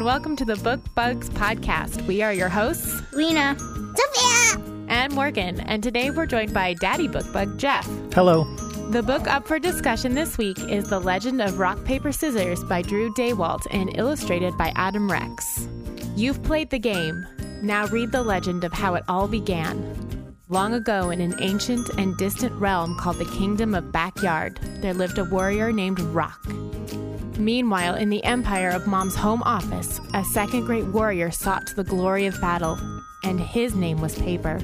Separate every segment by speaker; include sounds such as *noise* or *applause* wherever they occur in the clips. Speaker 1: welcome to the Book Bugs podcast. We are your hosts
Speaker 2: Lena. Sophia.
Speaker 1: and Morgan, and today we're joined by Daddy Book Bug Jeff.
Speaker 3: Hello.
Speaker 1: The book up for discussion this week is The Legend of Rock Paper Scissors by Drew Daywalt and illustrated by Adam Rex. You've played the game. Now read the legend of how it all began. Long ago, in an ancient and distant realm called the Kingdom of Backyard, there lived a warrior named Rock. Meanwhile, in the empire of Mom's home office, a second great warrior sought to the glory of battle, and his name was Paper.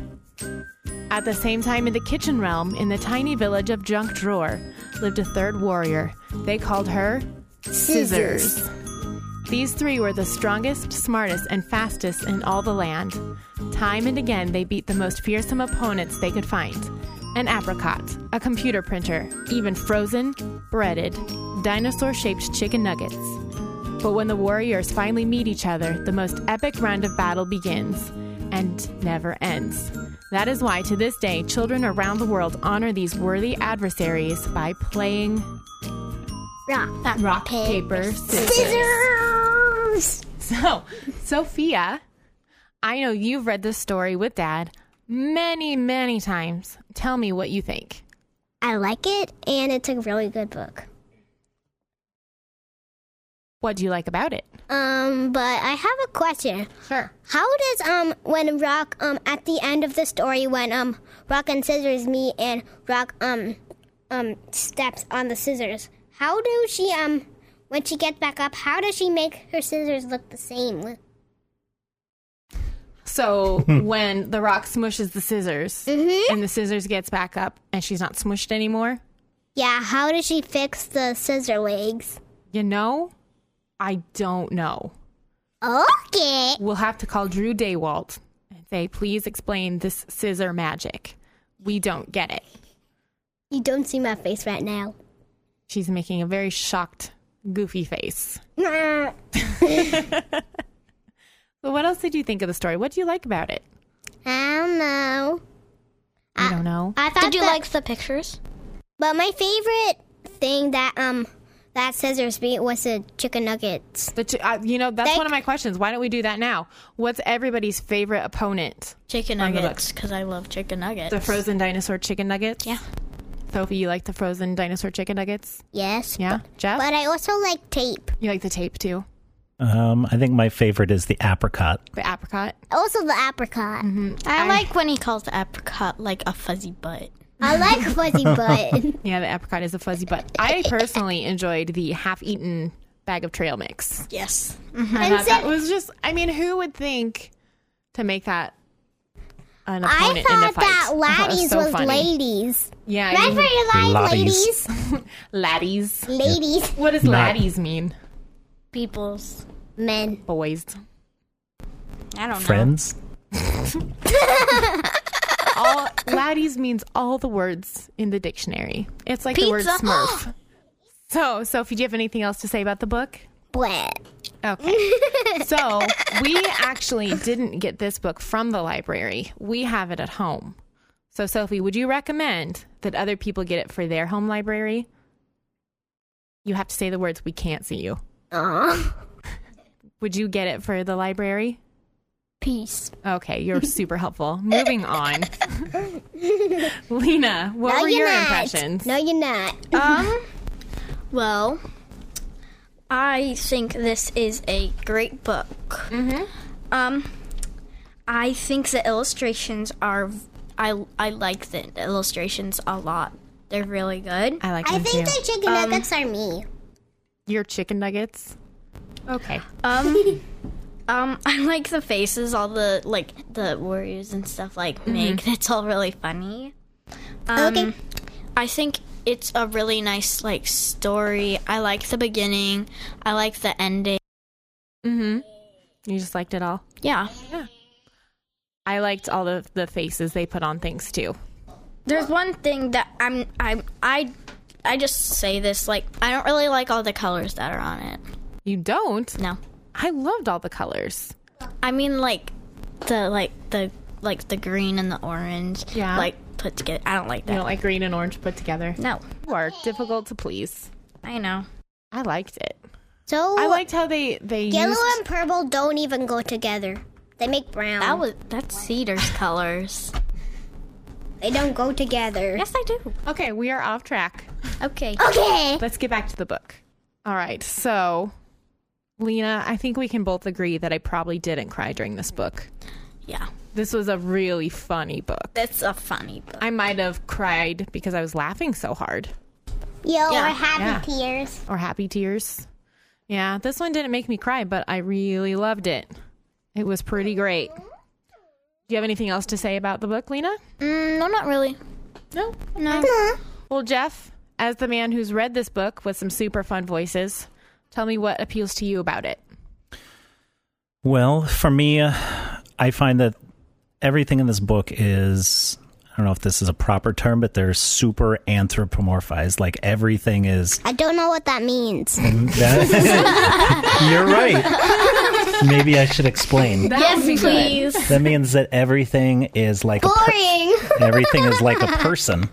Speaker 1: At the same time, in the kitchen realm, in the tiny village of Junk Drawer, lived a third warrior. They called her Scissors. These three were the strongest, smartest, and fastest in all the land. Time and again, they beat the most fearsome opponents they could find an apricot, a computer printer, even frozen, breaded, dinosaur shaped chicken nuggets. But when the warriors finally meet each other, the most epic round of battle begins and never ends. That is why to this day, children around the world honor these worthy adversaries by playing
Speaker 2: Rock.
Speaker 1: rock, paper, *laughs* scissors.
Speaker 2: Scissors.
Speaker 1: So, Sophia, I know you've read this story with Dad many, many times. Tell me what you think.
Speaker 2: I like it, and it's a really good book.
Speaker 1: What do you like about it?
Speaker 2: Um, but I have a question.
Speaker 1: Sure.
Speaker 2: How does um when Rock um at the end of the story when um Rock and Scissors meet and Rock um um steps on the scissors? How do she um when she gets back up? How does she make her scissors look the same?
Speaker 1: So when the rock smushes the scissors and the scissors gets back up and she's not smushed anymore,
Speaker 2: Yeah. How does she fix the scissor legs?
Speaker 1: you know, I don't know.
Speaker 2: Okay.
Speaker 1: We'll have to call Drew Daywalt and say, please explain this scissor magic. We don't get it.
Speaker 2: You don't see my face right
Speaker 4: *laughs*
Speaker 2: now.
Speaker 1: She's making a very shocked, goofy face. So what else did you think of the story? What do you like about it?
Speaker 2: I don't know.
Speaker 1: I don't know.
Speaker 2: I thought
Speaker 4: Did you
Speaker 2: that-
Speaker 4: like the pictures?
Speaker 2: But my favorite thing that um that scissors beat was the chicken nuggets.
Speaker 1: The ch- uh, you know, that's
Speaker 2: ah. Thank-
Speaker 1: one of my questions. Why don't we do that now? What's everybody's favorite opponent?
Speaker 4: Chicken
Speaker 1: On the
Speaker 4: nuggets, because I love chicken nuggets.
Speaker 1: The frozen dinosaur chicken nuggets?
Speaker 4: Yeah.
Speaker 1: Sophie, you like the frozen dinosaur chicken nuggets?
Speaker 2: Yes.
Speaker 1: Yeah. Jeff?
Speaker 2: But I also like tape.
Speaker 1: you like the tape too?
Speaker 3: Um, I think my favorite is the apricot.
Speaker 1: The apricot?
Speaker 2: Also the apricot.
Speaker 1: Mm-hmm.
Speaker 4: I, like when he calls the apricot like a fuzzy butt.
Speaker 2: I like
Speaker 1: *laughs*
Speaker 2: fuzzy butt.
Speaker 1: Yeah, the apricot is a fuzzy butt. I personally enjoyed the half eaten bag of trail mix.
Speaker 4: Yes.
Speaker 1: I
Speaker 2: and
Speaker 1: thought that
Speaker 2: so
Speaker 1: was just, I mean, who would think to make that an
Speaker 2: I
Speaker 1: opponent in a fight?
Speaker 2: thought
Speaker 1: *laughs*
Speaker 2: that
Speaker 1: thought it
Speaker 2: laddies
Speaker 1: so
Speaker 2: was,
Speaker 1: funny.
Speaker 2: ladies.
Speaker 1: Yeah.
Speaker 2: Right
Speaker 1: you-
Speaker 2: for your line,
Speaker 3: Lotties.
Speaker 2: ladies.
Speaker 1: laddies.
Speaker 2: Ladies.
Speaker 1: What does
Speaker 3: Not-
Speaker 1: laddies mean?
Speaker 4: People's.
Speaker 2: Men.
Speaker 1: Boys.
Speaker 4: I don't
Speaker 3: Friends?
Speaker 1: All *laughs* laddies means all the words in the dictionary. It's like the word
Speaker 4: Pizza.
Speaker 2: *gasps*
Speaker 1: smurf. so, Sophie, do you have anything else to say about the book?
Speaker 2: Bleh.
Speaker 1: *laughs* Okay. so we actually didn't get this book from the library. We have it at home. So, Sophie, would you recommend that other people get it for their home library? You have to say the words, we can't see you.
Speaker 2: *laughs* Aw.
Speaker 1: Would you get it for the library?
Speaker 2: Peace.
Speaker 1: Okay,
Speaker 2: *laughs*
Speaker 1: you're super helpful. Moving on. Lena, what
Speaker 2: No,
Speaker 1: were
Speaker 2: you're
Speaker 1: your
Speaker 2: not.
Speaker 1: impressions?
Speaker 2: No, you're not.
Speaker 4: know. Um. *laughs* well, I think this is a great book. Mm-hmm. Um, I think the illustrations are. I I like the illustrations a lot. They're really good.
Speaker 1: I like
Speaker 2: I
Speaker 1: them too.
Speaker 2: think the chicken nuggets are me.
Speaker 1: Your chicken nuggets. Okay.
Speaker 4: Um, um, *laughs* I like the faces, all the like the warriors and stuff like make. That's all really funny. Um,
Speaker 2: okay.
Speaker 4: I think it's a really nice like story. I like the beginning. I like the ending.
Speaker 1: Mm-hmm. You just liked it all.
Speaker 4: Yeah,
Speaker 1: I liked all of the faces they put on things too.
Speaker 4: there's one thing that I'm I I I just say this like I don't really like all the colors that are on it.
Speaker 1: You don't?
Speaker 4: No,
Speaker 1: I loved all the colors.
Speaker 4: I mean like the like the like the green and the orange.
Speaker 1: Yeah.
Speaker 4: like put together. I don't like
Speaker 1: You
Speaker 4: that.
Speaker 1: know, like green and orange put together.
Speaker 4: No,
Speaker 1: You are difficult to please.
Speaker 4: I know.
Speaker 1: I liked it.
Speaker 2: So
Speaker 1: I liked how they they
Speaker 2: yellow
Speaker 1: used
Speaker 2: and purple don't even go together. They make brown.
Speaker 4: That was that's Cedar's colors.
Speaker 2: they don't go together.
Speaker 4: Yes, I do. Uh.
Speaker 1: Okay, we are off track.
Speaker 4: Okay.
Speaker 2: Okay.
Speaker 1: Let's get back to the book. All right. So, Lena, I think we can both agree that I probably didn't cry during this book.
Speaker 4: Yeah.
Speaker 1: This was a really funny book.
Speaker 4: That's a funny book.
Speaker 1: I might have cried because I was laughing so hard
Speaker 2: Yo,
Speaker 4: Yeah.
Speaker 2: or happy
Speaker 1: Yeah.
Speaker 2: tears.
Speaker 1: or happy tears. Yeah, this one didn't make me cry, but I really loved it. It was pretty great. Do you have anything else to say about the book, Lena?
Speaker 5: Mm, no, not really.
Speaker 1: No.
Speaker 5: No.
Speaker 1: Well, Jeff, as the man who's read this book with some super fun voices, tell me what appeals to you about it.
Speaker 3: Well, for me, uh, I find that everything in this book is I don't know if this is a proper term, but they're super anthropomorphized. Like everything is. *laughs*
Speaker 2: I don't know what that means. *laughs*
Speaker 3: you're right. Maybe I should explain.
Speaker 4: yes, please.
Speaker 3: That means that everything is like a per-
Speaker 2: Boring.
Speaker 3: everything is like a person.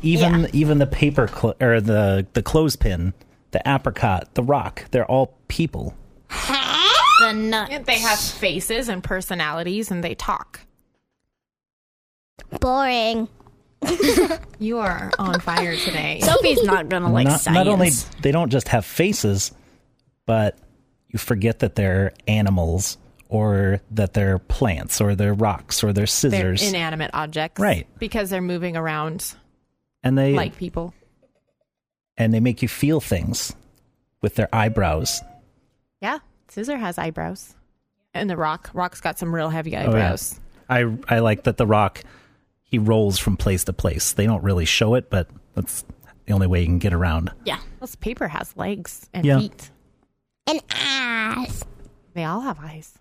Speaker 3: Even even the paper cl- or the the clothespin, the apricot, the rock, they're all people.
Speaker 4: The nut.
Speaker 5: *laughs*
Speaker 1: They have faces and personalities and they talk.
Speaker 2: Boring.
Speaker 1: You are on fire today.
Speaker 4: Sophie's not gonna like
Speaker 3: not,
Speaker 4: science.
Speaker 3: not only they don't just have faces, but you forget that they're animals or that they're plants or they're rocks or they're
Speaker 1: they're
Speaker 3: scissors.
Speaker 1: inanimate objects.
Speaker 3: Right.
Speaker 1: Because they're moving around
Speaker 3: and they
Speaker 1: like people.
Speaker 3: and they make you feel things with their eyebrows.
Speaker 1: Yeah. Scissor has eyebrows. And the rock. Rock's got some real heavy
Speaker 3: Oh, yeah.
Speaker 1: eyebrows.
Speaker 3: I I like that the rock he rolls from place to place. They don't really show it, but that's the only way you can get around.
Speaker 4: yeah.
Speaker 1: This paper has legs and
Speaker 3: Yeah.
Speaker 1: feet.
Speaker 2: An ass.
Speaker 1: They all have eyes.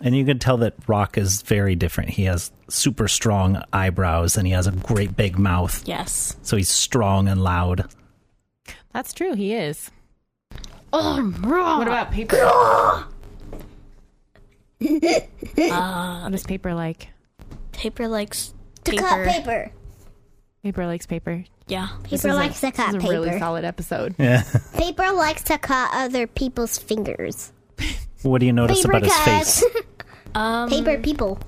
Speaker 3: And you can tell that Rock is very different. He has super strong eyebrows and he has a great big mouth.
Speaker 4: Yes.
Speaker 3: So he's strong and loud.
Speaker 1: That's true. He is.
Speaker 4: Oh, I'm wrong.
Speaker 1: What about *laughs* paper?
Speaker 4: uh,
Speaker 1: What is paper like?
Speaker 4: paper likes
Speaker 2: To
Speaker 4: paper.
Speaker 2: cut paper.
Speaker 1: Paper likes paper.
Speaker 4: Yeah.
Speaker 2: Paper likes to cut
Speaker 1: This is a
Speaker 2: paper.
Speaker 1: really solid episode.
Speaker 3: Yeah.
Speaker 2: paper likes to cut other people's fingers.
Speaker 3: *laughs* What do you notice
Speaker 2: Paper
Speaker 3: about his
Speaker 2: cuts.
Speaker 3: face?
Speaker 2: *laughs*
Speaker 4: Um,
Speaker 2: paper people.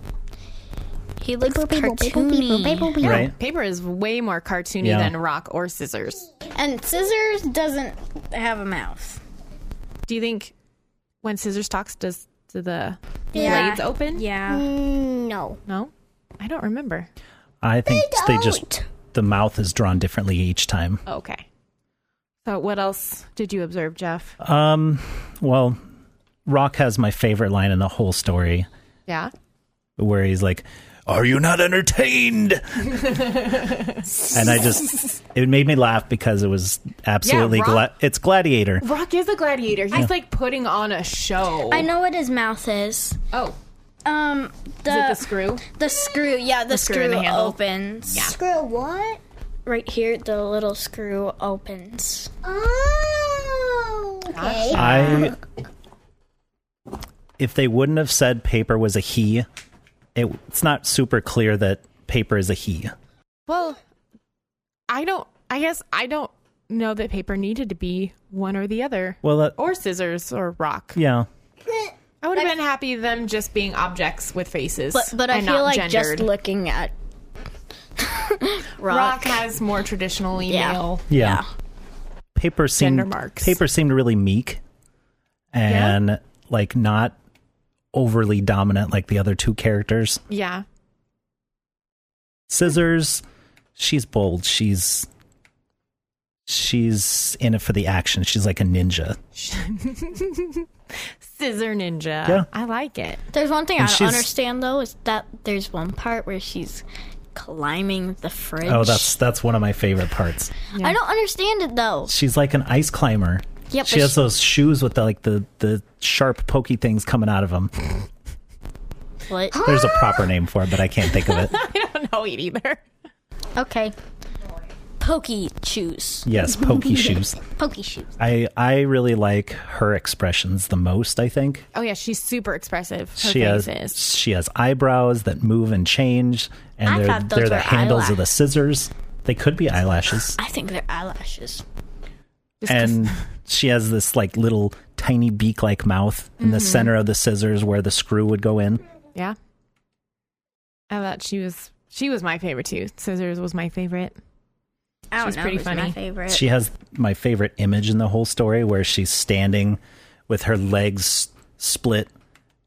Speaker 4: he looks
Speaker 2: Paper people. Paper people.
Speaker 4: cartoony.
Speaker 2: Paper people.
Speaker 3: Right?
Speaker 1: Paper is way more cartoony
Speaker 3: Yeah.
Speaker 1: than rock or scissors.
Speaker 5: And scissors doesn't have a mouth.
Speaker 1: Do you think when scissors talks, does do the
Speaker 5: Yeah.
Speaker 1: blades open?
Speaker 5: Yeah.
Speaker 2: Mm, no.
Speaker 1: No, I don't remember.
Speaker 3: I think they,
Speaker 2: They
Speaker 3: just
Speaker 2: don't.
Speaker 3: the mouth is drawn differently each time.
Speaker 1: Okay. So what else did you observe, Jeff?
Speaker 3: Um well, Rock has my favorite line in the whole story
Speaker 1: Yeah.
Speaker 3: where he's like, "Are you
Speaker 2: *laughs*
Speaker 3: not entertained?" and I just it made me laugh because it was absolutely
Speaker 1: Rock-
Speaker 3: gla- it's gladiator.
Speaker 1: Rock is a gladiator. He's like putting on a show.
Speaker 5: I know what his mouth is.
Speaker 1: Oh,
Speaker 5: Um,
Speaker 1: is it
Speaker 5: the
Speaker 1: the screw?
Speaker 5: the screw. Yeah, the,
Speaker 1: screw
Speaker 5: screw,
Speaker 1: in the handle.
Speaker 5: opens. Yeah.
Speaker 2: Screw what?
Speaker 5: Right here, the little screw opens.
Speaker 2: Oh. Okay.
Speaker 3: I if they wouldn't have said paper was a he, it, it's not super clear that paper is a he.
Speaker 1: Well, I don't. I guess I don't know that paper needed to be one or the other,
Speaker 3: Well, that,
Speaker 1: or scissors or rock.
Speaker 3: yeah,
Speaker 1: I would have been happy them just being objects with faces,
Speaker 5: But but I
Speaker 1: and
Speaker 5: feel
Speaker 1: not
Speaker 5: like
Speaker 1: gendered.
Speaker 5: just looking at *laughs*
Speaker 1: rock has more traditionally
Speaker 4: Yeah.
Speaker 1: male.
Speaker 3: yeah. Paper seemed
Speaker 1: Gender marks.
Speaker 3: paper seemed really meek and like not overly dominant like the other two characters.
Speaker 1: Yeah.
Speaker 3: Scissors, she's bold. She's she's in it for the action. She's like a ninja.
Speaker 1: Scissor Ninja.
Speaker 3: Yeah.
Speaker 1: I like it. *laughs*
Speaker 4: There's one thing
Speaker 3: And
Speaker 4: I don't
Speaker 3: she's-
Speaker 4: understand though is that there's one part where she's climbing the fridge.
Speaker 3: Oh, that's that's one of my favorite parts.
Speaker 4: I don't understand it though.
Speaker 3: She's like an ice climber.
Speaker 4: Yep.
Speaker 3: she has those shoes with the, like the the sharp pokey things coming out of them.
Speaker 4: split.
Speaker 3: There's a proper name for it, but I can't think of it.
Speaker 4: *laughs*
Speaker 1: I don't know it either.
Speaker 4: Okay. Pokey shoes.
Speaker 3: Yes,
Speaker 4: *laughs*
Speaker 3: pokey shoes.
Speaker 4: Pokey shoes.
Speaker 3: I I really like her expressions the most. I think
Speaker 1: Oh yeah, she's super expressive. Her
Speaker 3: she
Speaker 1: face
Speaker 3: has
Speaker 1: is.
Speaker 3: she has eyebrows that move and change, and
Speaker 4: I
Speaker 3: they're
Speaker 4: thought those
Speaker 3: they're the
Speaker 4: were
Speaker 3: handles of the
Speaker 4: eyelash-
Speaker 3: scissors. They could be eyelashes.
Speaker 4: I think they're eyelashes.
Speaker 1: Just 'cause-
Speaker 3: and she has this like little tiny beak like mouth in
Speaker 4: Mm-hmm.
Speaker 3: the center of the scissors where the screw would go in.
Speaker 1: yeah. I thought she was she was my favorite too. Scissors was my favorite.
Speaker 5: I don't
Speaker 1: She's
Speaker 5: know.
Speaker 1: pretty
Speaker 5: who's
Speaker 1: funny.
Speaker 5: My favorite.
Speaker 3: She has my favorite image in the whole story where she's standing with her legs split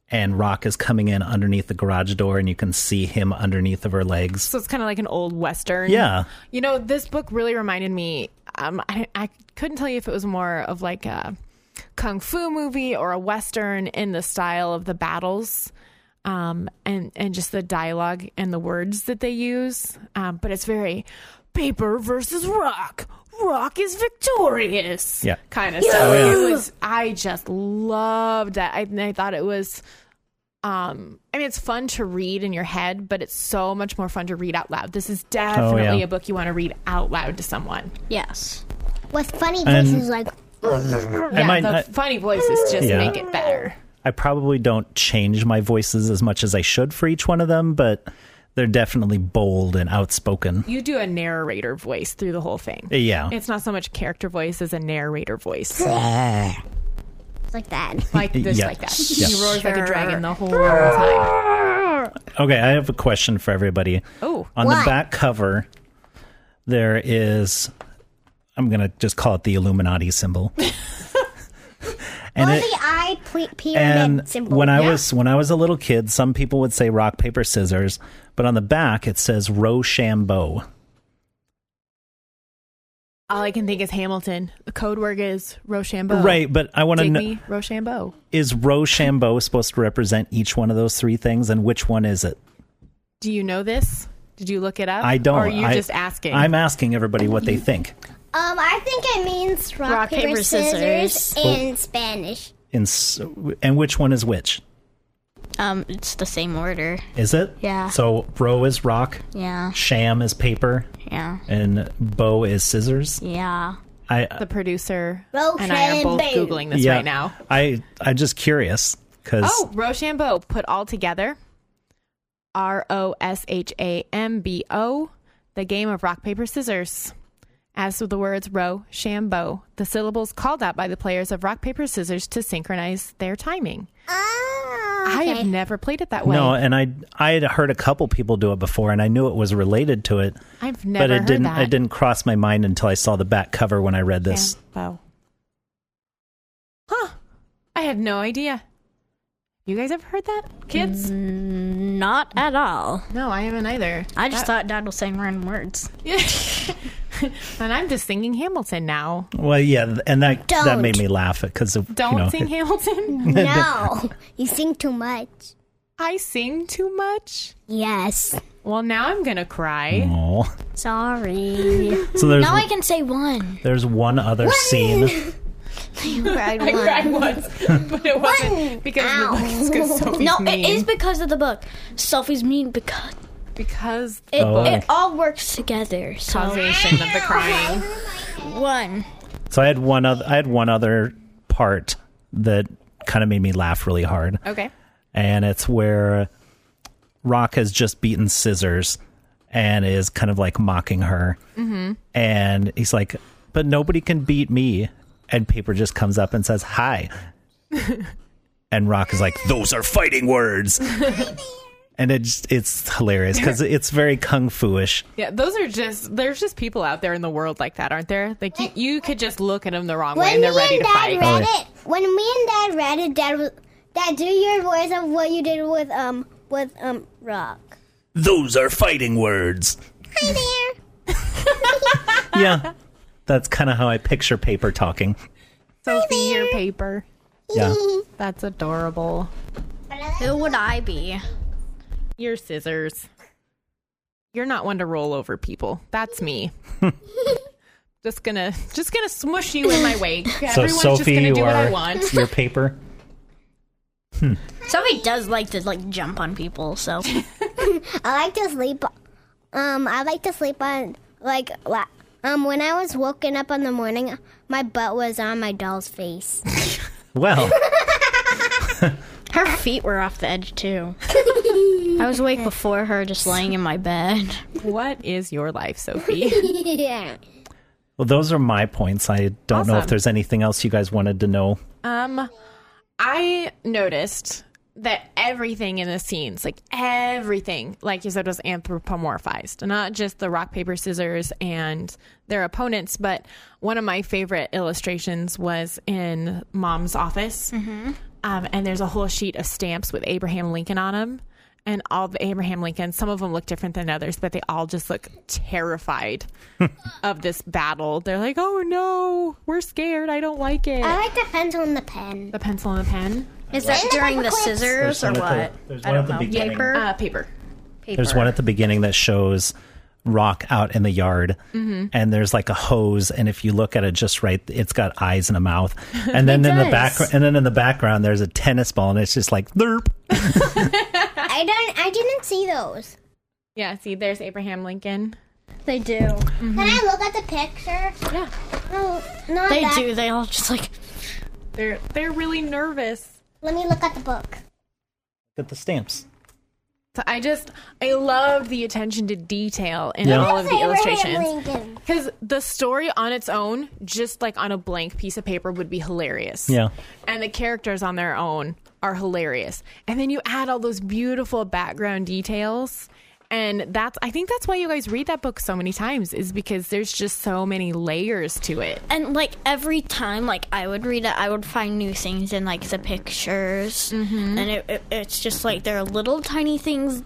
Speaker 3: and Rock is coming in underneath the garage door and you can see him underneath of her legs.
Speaker 1: So it's kind of like an old western.
Speaker 3: Yeah.
Speaker 1: You know, this book really reminded me. Um, I, I couldn't tell you if it was more of like a kung fu movie or a western in the style of the battles, um, and and just the dialogue and the words that they use. Um, but it's very paper versus rock. Rock is victorious.
Speaker 3: Yeah.
Speaker 1: Kind of stuff. It was. I just loved that. I, and I thought it was um i mean it's fun to read in your head but it's so much more fun to read out loud this is definitely
Speaker 3: Oh, yeah.
Speaker 1: a book you want to read out loud to someone
Speaker 4: Yes.
Speaker 2: With funny
Speaker 3: And-
Speaker 2: faces like
Speaker 1: yeah
Speaker 3: might
Speaker 1: the
Speaker 3: not-
Speaker 1: funny voices just
Speaker 3: Yeah.
Speaker 1: make it better
Speaker 3: I probably don't change my voices as much as I should for each one of them, but they're definitely bold and outspoken.
Speaker 1: you do a narrator voice through the whole thing
Speaker 3: Yeah.
Speaker 1: it's not so much character voice as a narrator
Speaker 3: *laughs*
Speaker 1: voice
Speaker 2: like that.
Speaker 1: like this
Speaker 3: Yeah.
Speaker 1: like that
Speaker 3: Yeah.
Speaker 1: he roars like a dragon the whole time
Speaker 3: Okay, I have a question for everybody.
Speaker 1: oh
Speaker 3: On the
Speaker 2: What?
Speaker 3: back cover, there is, I'm going to just call it the Illuminati symbol. and
Speaker 2: Or
Speaker 3: it,
Speaker 2: the eye py- pyramid
Speaker 3: and
Speaker 2: symbol.
Speaker 3: when I was when I was a little kid, some people would say rock paper scissors, but on the back it says Rochambeau.
Speaker 1: all i can think is hamilton the code word is rochambeau
Speaker 3: Right, but I want to know
Speaker 1: Digby, rochambeau
Speaker 3: is Rochambeau supposed to represent each one of those three things, and which one is it?
Speaker 1: do you know this did you look it up
Speaker 3: I don't.
Speaker 1: Oh, or are you
Speaker 3: I-
Speaker 1: just asking
Speaker 3: I'm asking everybody what they think
Speaker 2: um, I think it means rock,
Speaker 4: Rock,
Speaker 2: paper,
Speaker 4: paper,
Speaker 2: scissors,
Speaker 4: scissors.
Speaker 2: in Spanish.
Speaker 3: in s- and which one is which.
Speaker 4: Um, it's the same order.
Speaker 3: Is it?
Speaker 4: Yeah.
Speaker 3: So row is rock,
Speaker 4: Yeah.
Speaker 3: sham is paper,
Speaker 4: Yeah.
Speaker 3: and bow is scissors.
Speaker 4: Yeah.
Speaker 3: I
Speaker 1: the producer
Speaker 2: Rochambeau.
Speaker 1: and I are both googling this
Speaker 3: yeah,
Speaker 1: right now.
Speaker 3: I I'm just curious because
Speaker 1: Oh, Rochambeau put all together. R O S H A M B O, the game of rock, paper, scissors. As with the words Rochambeau, the syllables called out by the players of rock, paper, scissors to synchronize their timing.
Speaker 2: Ah,
Speaker 1: I
Speaker 2: okay.
Speaker 1: have never played it that way.
Speaker 3: no, and I I had heard a couple people do it before, and I knew it was related to it,
Speaker 1: I've never
Speaker 3: but it
Speaker 1: heard
Speaker 3: didn't
Speaker 1: that.
Speaker 3: it didn't cross my mind until I saw the back cover when I read this.
Speaker 1: Rochambeau. Huh. I had no idea. You guys ever heard that, kids?
Speaker 4: Not at all.
Speaker 1: No, I haven't either.
Speaker 4: I just thought Dad was saying random words.
Speaker 1: and I'm just singing Hamilton now.
Speaker 3: Well, yeah, th- and that that
Speaker 2: Don't.
Speaker 3: made me laugh because
Speaker 1: Don't
Speaker 3: you know,
Speaker 1: sing Hamilton.
Speaker 2: *laughs* no, you sing too much.
Speaker 1: I sing too much.
Speaker 2: Yes.
Speaker 1: Well, now I'm gonna cry.
Speaker 3: Aw.
Speaker 4: Sorry.
Speaker 3: *laughs* So there's
Speaker 4: now I can say one.
Speaker 3: there's one other scene.
Speaker 1: I cried once, but it wasn't because of the book. It's because Sophie's
Speaker 4: No,
Speaker 1: mean.
Speaker 4: Oh, it is because of the book. Sophie's mean because
Speaker 1: because
Speaker 4: it,
Speaker 3: Oh.
Speaker 4: it all works together. So
Speaker 1: causation of the
Speaker 4: *laughs*
Speaker 1: crying.
Speaker 4: one.
Speaker 3: So I had one other I had one other part that kind of made me laugh really hard.
Speaker 1: Okay.
Speaker 3: and it's where Rock has just beaten Scissors and is kind of like mocking her. Mm-hmm. And he's like, "But nobody can beat me." And Paper just comes up and says,
Speaker 1: *laughs*
Speaker 3: "Hi." and Rock is like, "Those are
Speaker 1: *laughs*
Speaker 3: fighting words." and it's it's hilarious because it's very kung fu-ish.
Speaker 1: Yeah, those are just there's just people out there in the world like that, aren't there? Like you, you could just look at them the wrong way
Speaker 2: When
Speaker 1: and
Speaker 2: me
Speaker 1: they're ready
Speaker 2: and
Speaker 1: to
Speaker 2: Dad
Speaker 1: fight.
Speaker 2: read
Speaker 3: Oh, yeah.
Speaker 2: it, when me and Dad read it, Dad, was, Dad, do your voice of what you did with um with um rock.
Speaker 3: Those are fighting words.
Speaker 2: Hi there.
Speaker 3: *laughs* Yeah, that's kind of how I picture Paper talking.
Speaker 1: Sophie, your paper.
Speaker 3: Yeah.
Speaker 1: *laughs* That's adorable.
Speaker 4: Who would I be?
Speaker 1: Your scissors. You're not one to roll over people. That's
Speaker 3: *laughs*
Speaker 1: me. just gonna just gonna smoosh you in my wake.
Speaker 3: So
Speaker 1: Everyone's just
Speaker 3: Sophie,
Speaker 1: gonna
Speaker 3: you
Speaker 1: do what I
Speaker 3: are
Speaker 1: want.
Speaker 3: your Paper.
Speaker 4: Sophie does like to like jump on
Speaker 5: *laughs*
Speaker 4: people, so
Speaker 2: I like to sleep. Um, I like to sleep on like la- um when I was woken up in the morning, my butt was on my doll's
Speaker 4: *laughs*
Speaker 2: face.
Speaker 1: *laughs*
Speaker 3: Well.
Speaker 4: her feet were off the edge
Speaker 5: *laughs*
Speaker 4: too. I was awake before her, just laying in my bed.
Speaker 1: What is your life, Sophie?
Speaker 2: yeah.
Speaker 3: Well, those are my points. I don't know if
Speaker 1: Awesome.
Speaker 3: there's anything else you guys wanted to know.
Speaker 1: Um, I noticed that everything in the scenes, like everything, like you said, was anthropomorphized, not just the rock, paper, scissors and their opponents, but one of my favorite illustrations was in mom's office. Um, and there's a whole sheet of stamps with Abraham Lincoln on them. And all the Abraham Lincolns, some of them look different than others, but they all just look terrified of this battle. They're like, oh no, we're scared. I don't like it.
Speaker 2: I like the pencil and the pen.
Speaker 1: The pencil and the pen.
Speaker 5: Is that during the scissors or what?
Speaker 3: There's
Speaker 5: I
Speaker 3: one at
Speaker 5: don't
Speaker 3: the
Speaker 5: know.
Speaker 3: beginning.
Speaker 5: Paper?
Speaker 1: Uh, paper.
Speaker 5: Paper.
Speaker 3: There's one at the beginning that shows Rock out in the yard,
Speaker 1: Mm-hmm.
Speaker 3: and there's like a hose, and if you look at it just right, it's got eyes and
Speaker 1: *laughs*
Speaker 3: a mouth. And then in the back,
Speaker 5: does.
Speaker 3: and then in the background, there's a tennis ball, and it's just like derp.
Speaker 2: I don't. I didn't see those.
Speaker 1: Yeah, see, there's Abraham Lincoln.
Speaker 4: They do.
Speaker 2: Can I look at the picture?
Speaker 1: Yeah.
Speaker 2: No, not
Speaker 4: They
Speaker 2: that.
Speaker 4: do. They all just like.
Speaker 1: They're they're really nervous.
Speaker 2: Let me look at the book.
Speaker 3: Look at the stamps.
Speaker 1: So I just I love the attention to detail in
Speaker 3: Yeah.
Speaker 1: all of the
Speaker 2: Abraham
Speaker 1: illustrations.
Speaker 2: Lincoln.
Speaker 1: Because the story on its own, just like on a blank piece of paper, would be hilarious.
Speaker 3: Yeah.
Speaker 1: And the characters on their own are hilarious. And then you add all those beautiful background details. And that's I think that's why you guys read that book so many times, is because there's just so many layers to it.
Speaker 4: And like every time, like I would read it, I would find new things in like the pictures, and it, it, it's just like there are little tiny things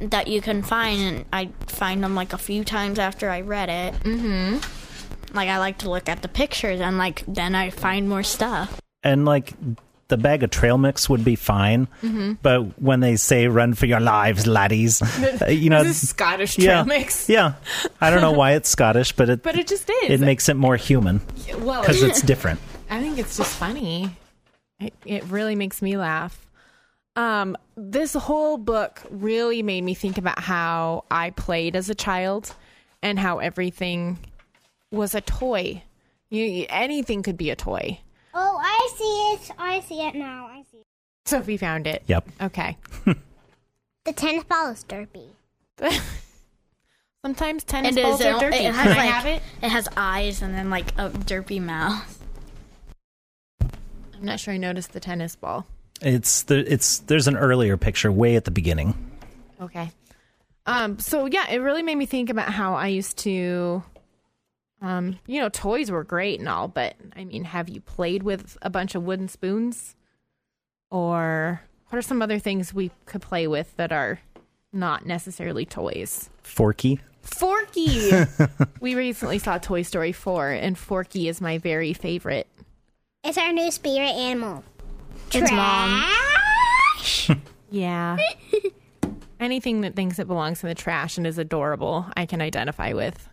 Speaker 4: that you can find, and I find them like a few times after I read it. Mm-hmm. Like I like to look at the pictures, and like then I find more stuff.
Speaker 3: and like the bag of trail mix would be fine,
Speaker 1: Mm-hmm.
Speaker 3: but when they say "run for your lives, laddies," uh, you know,
Speaker 1: This *laughs* is Scottish trail
Speaker 3: yeah,
Speaker 1: mix.
Speaker 3: yeah. I don't know why it's Scottish, but
Speaker 1: *laughs*
Speaker 3: it
Speaker 1: But it just
Speaker 3: it
Speaker 1: is.
Speaker 3: makes it more human
Speaker 1: well,
Speaker 3: because it's different.
Speaker 1: I think it's just funny. It, it really makes me laugh. Um, this whole book really made me think about how I played as a child and how everything was a toy. You, you- anything could be a toy.
Speaker 2: Oh, I see it. I see it now. I see. It.
Speaker 1: Sophie found it.
Speaker 3: Yep.
Speaker 1: Okay. *laughs*
Speaker 2: The tennis ball is derpy.
Speaker 1: Sometimes tennis
Speaker 4: it
Speaker 1: balls are
Speaker 4: it-
Speaker 1: dirty.
Speaker 4: It has,
Speaker 1: Can
Speaker 4: like,
Speaker 1: I have it?
Speaker 4: It has eyes and then like a derpy mouth.
Speaker 1: I'm not sure I noticed the tennis ball.
Speaker 3: It's the it's there's an earlier picture way at the beginning.
Speaker 1: Okay. Um, so yeah, it really made me think about how I used to um, you know, toys were great and all, but I mean, have you played with a bunch of wooden spoons? Or what are some other things we could play with that are not necessarily toys?
Speaker 3: Forky.
Speaker 1: Forky. we recently saw Toy Story 4 and Forky is my very favorite.
Speaker 2: It's our new spirit animal.
Speaker 4: It's mom.
Speaker 1: Yeah. *laughs* Anything that thinks it belongs in the trash and is adorable, I can identify with.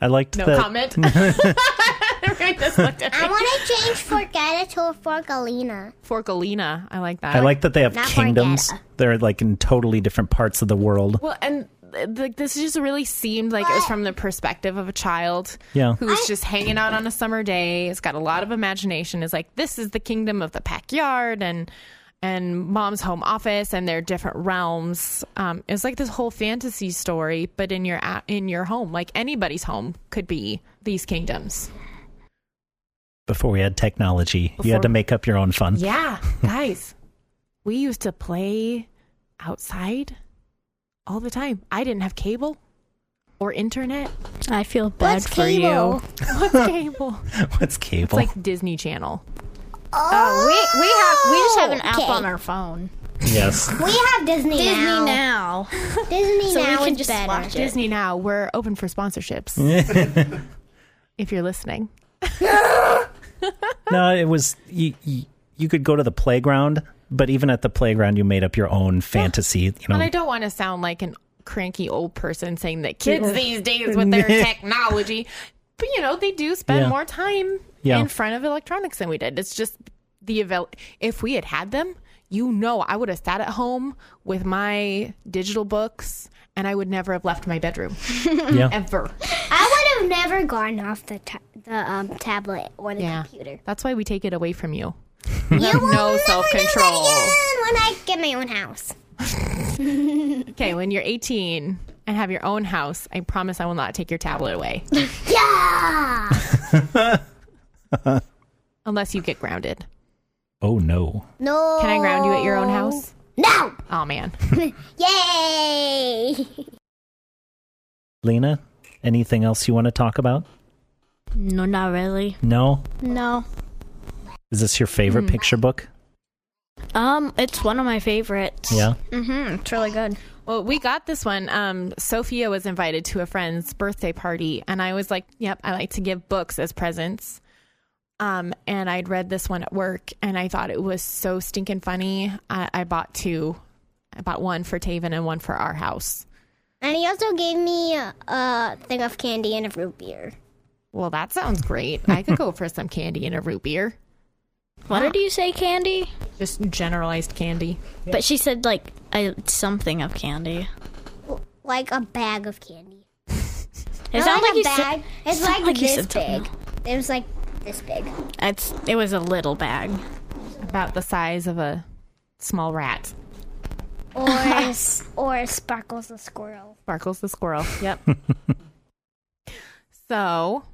Speaker 3: I liked
Speaker 1: No
Speaker 3: that.
Speaker 1: comment.
Speaker 3: *laughs*
Speaker 1: *laughs* I just looked at
Speaker 2: I want to change Forgetta to a Forgalina.
Speaker 1: Forgalina. I like that.
Speaker 3: I like that they have
Speaker 2: Not
Speaker 3: kingdoms.
Speaker 2: forget.
Speaker 3: They're like in totally different parts of the world.
Speaker 1: Well, and th- th- this just really seemed like it was from the perspective of a child
Speaker 3: Yeah.
Speaker 1: who's just hanging out on a summer day. It's got a lot of imagination. Is like this is the kingdom of the backyard and and mom's home office and their different realms. Um, it's like this whole fantasy story, but in your a- in your home, like anybody's home could be these kingdoms.
Speaker 3: Before we had technology, you
Speaker 1: Before-
Speaker 3: had to make up your own fun.
Speaker 1: Yeah, guys, we used to play outside all the time. I didn't have cable or internet.
Speaker 4: I feel bad
Speaker 2: What's
Speaker 4: for
Speaker 2: cable?
Speaker 1: *laughs*
Speaker 4: you.
Speaker 1: What's cable?
Speaker 3: *laughs* What's
Speaker 1: It's
Speaker 3: cable?
Speaker 1: like Disney Channel.
Speaker 4: We
Speaker 2: Oh,
Speaker 4: Uh, we have we just have an app
Speaker 2: Okay.
Speaker 4: on our phone.
Speaker 1: *laughs*
Speaker 3: yes.
Speaker 2: we have Disney,
Speaker 4: Disney
Speaker 2: now.
Speaker 4: now.
Speaker 2: Disney
Speaker 4: So we
Speaker 2: now
Speaker 4: can
Speaker 2: is
Speaker 4: just
Speaker 2: better.
Speaker 4: watch it.
Speaker 1: Disney Now, we're open for sponsorships. if you're listening.
Speaker 3: no, it was you, you. You could go to the playground, but even at the playground, you made up your own fantasy. You know,
Speaker 1: And I don't want to sound like an cranky old person saying that kids these days with
Speaker 2: *laughs*
Speaker 1: their technology, but you know, they do spend
Speaker 3: Yeah.
Speaker 1: more time
Speaker 3: Yeah.
Speaker 1: in front of electronics than we did. It's just the avail- if we had had them, you know, I would have sat at home with my digital books and I would never have left my bedroom
Speaker 3: yeah.
Speaker 1: ever.
Speaker 2: I would have never gone off the ta- the um, tablet or the
Speaker 1: Yeah.
Speaker 2: computer.
Speaker 1: That's why we take it away from you.
Speaker 2: *laughs* You will
Speaker 1: No
Speaker 2: never do that
Speaker 1: self-control.
Speaker 2: again When I get my own house.
Speaker 1: Okay, when you're 18, and have your own house, I promise I will not take your tablet away.
Speaker 2: Yeah.
Speaker 1: Unless you get grounded.
Speaker 3: Oh no.
Speaker 2: No.
Speaker 1: Can I ground you at your own house?
Speaker 2: No.
Speaker 1: Oh man.
Speaker 2: Yay. *laughs*
Speaker 3: Lena, anything else you want to talk about?
Speaker 4: No, not really.
Speaker 3: No?
Speaker 4: No.
Speaker 3: Is this your favorite
Speaker 1: Hmm.
Speaker 3: picture book?
Speaker 4: Um, it's one of my favorites.
Speaker 3: Yeah.
Speaker 4: Mm-hmm. It's really good.
Speaker 1: Well, we got this one. Um, Sophia was invited to a friend's birthday party, and I was like, "Yep, I like to give books as presents." Um, and I'd read this one at work, and I thought it was so stinking funny. I, I bought two. I bought one for Taven and one for our house.
Speaker 2: And he also gave me a, a thing of candy and a root beer.
Speaker 1: Well, that sounds great. I *laughs* could go for some candy and a root beer.
Speaker 4: What did you say, candy?
Speaker 1: Just generalized candy.
Speaker 4: But she said like I, something of candy.
Speaker 2: Like a bag of candy.
Speaker 4: It
Speaker 2: Not
Speaker 4: sounded like,
Speaker 2: a
Speaker 4: you
Speaker 2: bag.
Speaker 4: said
Speaker 2: it's
Speaker 4: sound
Speaker 2: like,
Speaker 4: like you
Speaker 2: this
Speaker 4: said something
Speaker 2: big. It was like this big.
Speaker 4: *laughs* it's it was a little bag.
Speaker 1: About the size of a small rat.
Speaker 2: Or s- or Sparkles the squirrel.
Speaker 1: Sparkles the squirrel. Yep. so,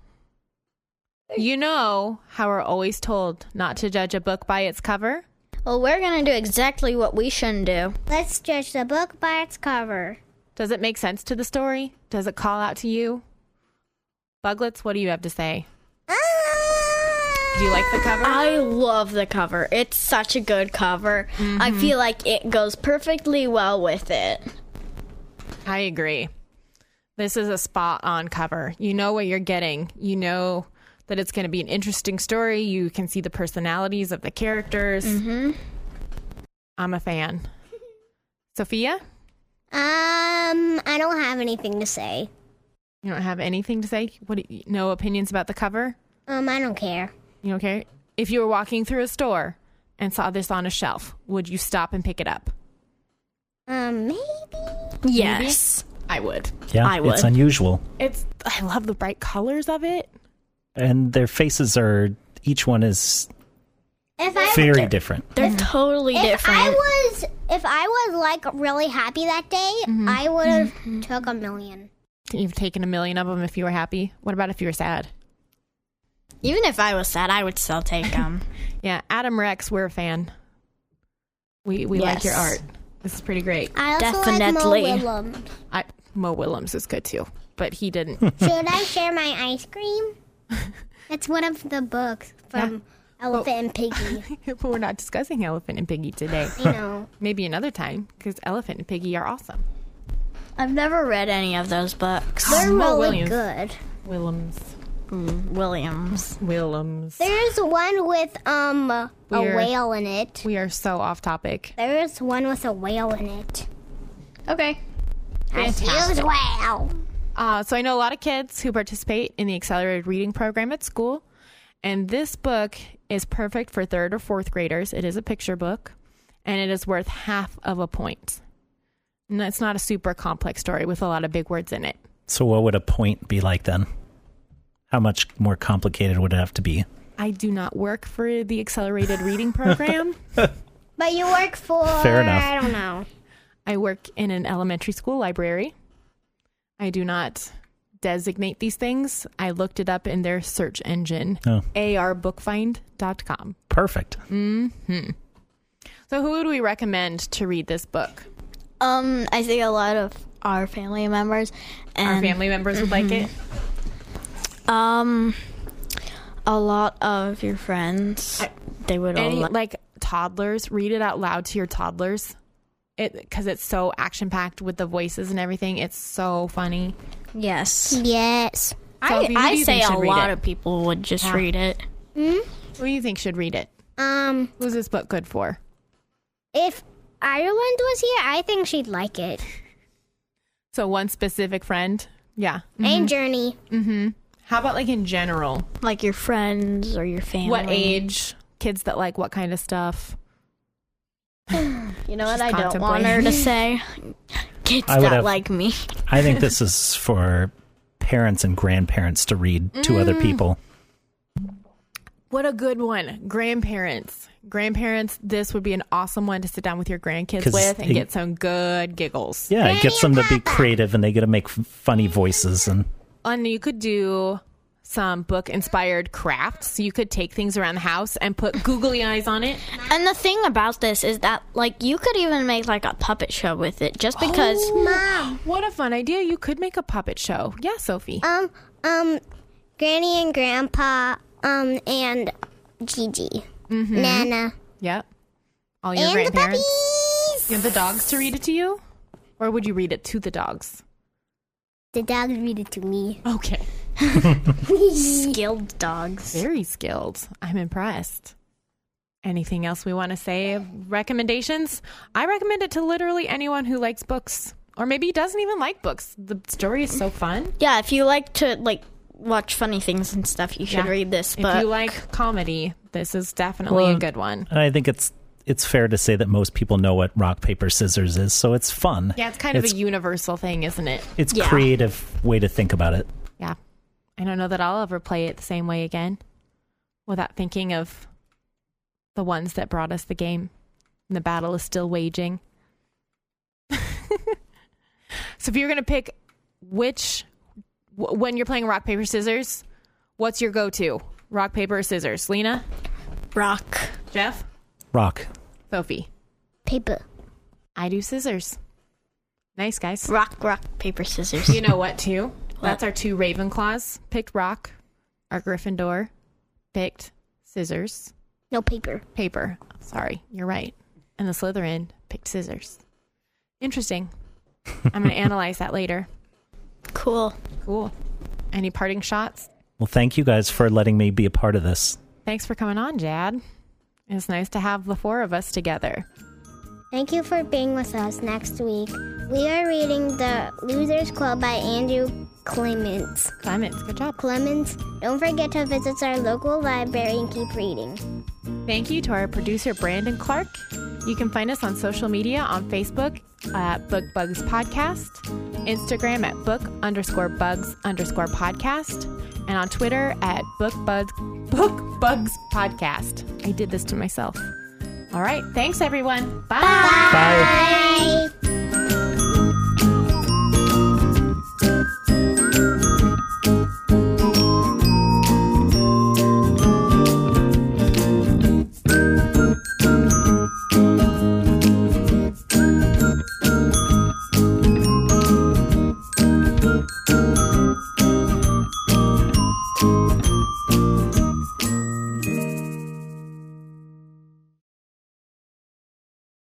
Speaker 1: you know how we're always told not to judge a book by its cover?
Speaker 4: Well, we're gonna do exactly what we shouldn't do.
Speaker 2: Let's judge the book by its cover.
Speaker 1: Does it make sense to the story? Does it call out to you? Buglets, what do you have to say? Do you
Speaker 2: Ah!
Speaker 1: like the cover?
Speaker 4: I love the cover. It's such a good cover. I feel like it goes perfectly well with it.
Speaker 1: I agree. This is a spot on cover. You know what you're getting. You know that it's going to be an interesting story. You can see the personalities of the characters. I'm a fan. *laughs* Sophia,
Speaker 2: Um, I don't have anything to say.
Speaker 1: you don't have anything to say? What? do you- No opinions about the cover?
Speaker 2: Um, I don't care.
Speaker 1: You okay? If you were walking through a store and saw this on a shelf, would you stop and pick it up?
Speaker 2: Um, maybe.
Speaker 4: Yes.
Speaker 1: I would.
Speaker 3: Yeah.
Speaker 4: I would.
Speaker 3: It's unusual.
Speaker 1: It's. I love the bright colors of it.
Speaker 3: And their faces are each one is
Speaker 2: If I
Speaker 3: very different.
Speaker 4: They're totally
Speaker 2: if
Speaker 4: different.
Speaker 2: I was if I was like really happy that day,
Speaker 4: Mm-hmm.
Speaker 2: I would have took a million.
Speaker 1: You've taken a million of them if you were happy. What about if you were sad?
Speaker 4: Even if I was sad, I would still *laughs* take them.
Speaker 1: Yeah, Adam Rex, we're a fan. We we like your
Speaker 4: Yes.
Speaker 1: art. This is pretty great.
Speaker 2: I also
Speaker 4: Definitely.
Speaker 2: like Mo Willem.
Speaker 1: I Mo Willems is good too, but he didn't. *laughs*
Speaker 2: Should I share my ice cream? It's one of the books from Elephant
Speaker 4: *laughs*
Speaker 2: and Piggy.
Speaker 1: but we're not discussing Elephant and Piggy today.
Speaker 2: You know.
Speaker 1: Maybe another time because Elephant and Piggy are awesome.
Speaker 4: I've never read any of those books.
Speaker 2: They're
Speaker 1: Mo
Speaker 2: really
Speaker 1: Williams.
Speaker 2: good.
Speaker 1: Willems,
Speaker 4: Williams.
Speaker 1: Willems.
Speaker 2: There's one with um a
Speaker 1: Weird.
Speaker 2: whale in it.
Speaker 1: We are so off topic.
Speaker 2: There's one with a whale in it.
Speaker 4: Okay.
Speaker 2: A huge whale.
Speaker 1: Uh, so I know a lot of kids who participate in the accelerated reading program at school, and this book is perfect for third or fourth graders. It is a picture book, and it is worth half of a point. And it's not a super complex story with a lot of big words in it.
Speaker 3: So what would a point be like then? How much more complicated would it have to be?
Speaker 1: I do not work for the accelerated reading program.
Speaker 2: But you work for
Speaker 3: Fair enough.
Speaker 2: I don't know.
Speaker 1: I work in an elementary school library. I do not designate these things. I looked it up in their search engine,
Speaker 3: Oh.
Speaker 1: arbookfind.com.
Speaker 3: Perfect.
Speaker 1: So, who would we recommend to read this book?
Speaker 4: Um, I think a lot of our family members and
Speaker 1: Our family members would like it.
Speaker 4: um a lot of your friends. they would all
Speaker 1: Any
Speaker 4: like
Speaker 1: like toddlers, read it out loud to your toddlers. It because it's so action packed with the voices and everything. It's so funny.
Speaker 4: Yes.
Speaker 2: Yes.
Speaker 4: I,
Speaker 1: Sophie, who do
Speaker 4: I
Speaker 1: you
Speaker 4: say
Speaker 1: think
Speaker 4: a
Speaker 1: should read
Speaker 4: lot
Speaker 1: it?
Speaker 4: of people would just read it.
Speaker 1: Who do you think should read it?
Speaker 2: Um
Speaker 1: Who's this book good for?
Speaker 2: if Ireland was here, I think she'd like it.
Speaker 1: So one specific friend. Yeah.
Speaker 4: Mm-hmm.
Speaker 2: And Journey.
Speaker 1: How about like in general?
Speaker 4: Like your friends or your family.
Speaker 1: What age? Kids that like what kind of stuff?
Speaker 4: You know what I
Speaker 1: She's
Speaker 4: don't want her to say? Kids
Speaker 3: I would
Speaker 4: that
Speaker 3: have-
Speaker 4: like me.
Speaker 3: I think
Speaker 2: *laughs*
Speaker 3: this is
Speaker 2: Mm.
Speaker 3: for parents and grandparents to read to other people.
Speaker 1: What a good one. Grandparents. Grandparents, this would be an awesome one to sit down with your grandkids
Speaker 3: 'Cause
Speaker 1: with and
Speaker 3: it-
Speaker 1: get some good giggles.
Speaker 3: Yeah, it gets them to
Speaker 2: Papa.
Speaker 3: be creative and they get to make f- funny voices and
Speaker 1: And you could do some book inspired crafts. You could take things around the house and put googly eyes on it.
Speaker 4: And the thing about this is that like you could even make like a puppet show with it just because
Speaker 2: Mom,
Speaker 1: What a fun idea. You could make a puppet show. Yeah, Sophie.
Speaker 2: um, um, Granny and Grandpa, um, and Gigi, Mm-hmm. Nana,
Speaker 1: yep. All your
Speaker 2: and the
Speaker 1: grandparents.
Speaker 2: puppies.
Speaker 1: You want the dogs to read it to you? Or would you read it to the dogs?
Speaker 2: The dogs read it to *laughs* me.
Speaker 1: Okay.
Speaker 4: skilled dogs.
Speaker 1: Very skilled. I'm impressed. Anything else we want to say? Recommendations? I recommend it to literally anyone who likes books or maybe doesn't even like books. The story is so fun.
Speaker 4: Yeah, if you like to like watch funny things and stuff, you should
Speaker 1: Yeah.
Speaker 4: read this.
Speaker 1: if
Speaker 4: But
Speaker 1: you like comedy, this is definitely a
Speaker 3: Well,
Speaker 1: good one.
Speaker 3: I think it's it's fair to say that most people know what rock paper scissors is, so it's fun.
Speaker 1: Yeah, it's kind of a universal thing, isn't it?
Speaker 3: it's
Speaker 4: Yeah.
Speaker 3: creative way to think about it.
Speaker 1: Yeah. I don't know that I'll ever play it the same way again without thinking of the ones that brought us the game. And the battle is still waging. *laughs* so if you're going to pick which, w- when you're playing rock, paper, scissors, what's your go to? Rock, paper, or scissors? Lena?
Speaker 4: rock.
Speaker 1: Jeff?
Speaker 3: Rock.
Speaker 1: Sophie?
Speaker 2: Paper.
Speaker 1: I do scissors. Nice, guys.
Speaker 4: Rock, rock, paper, scissors.
Speaker 1: You know what, too? That's our two Ravenclaws picked rock. Our Gryffindor picked scissors.
Speaker 2: No paper.
Speaker 1: paper. Sorry, you're right. And the Slytherin picked scissors. Interesting. I'm going to analyze that later.
Speaker 4: *laughs* cool.
Speaker 1: Cool. Any parting shots?
Speaker 3: Well, thank you guys for letting me be a part of this.
Speaker 1: Thanks for coming on, Jad. It's nice to have the four of us together.
Speaker 2: Thank you for being with us next week. We are reading The Losers Club by Andrew Clements.
Speaker 1: Clements, good job.
Speaker 2: Clements, don't forget to visit our local library and keep reading.
Speaker 1: Thank you to our producer, Brandon Clark. You can find us on social media on Facebook at Book Bugs Podcast, Instagram at Book underscore Bugs underscore Podcast, and on Twitter at Book Bugs, Book Bugs Podcast. I did this to myself. All right. Thanks, everyone. Bye.
Speaker 3: Bye.
Speaker 2: Bye.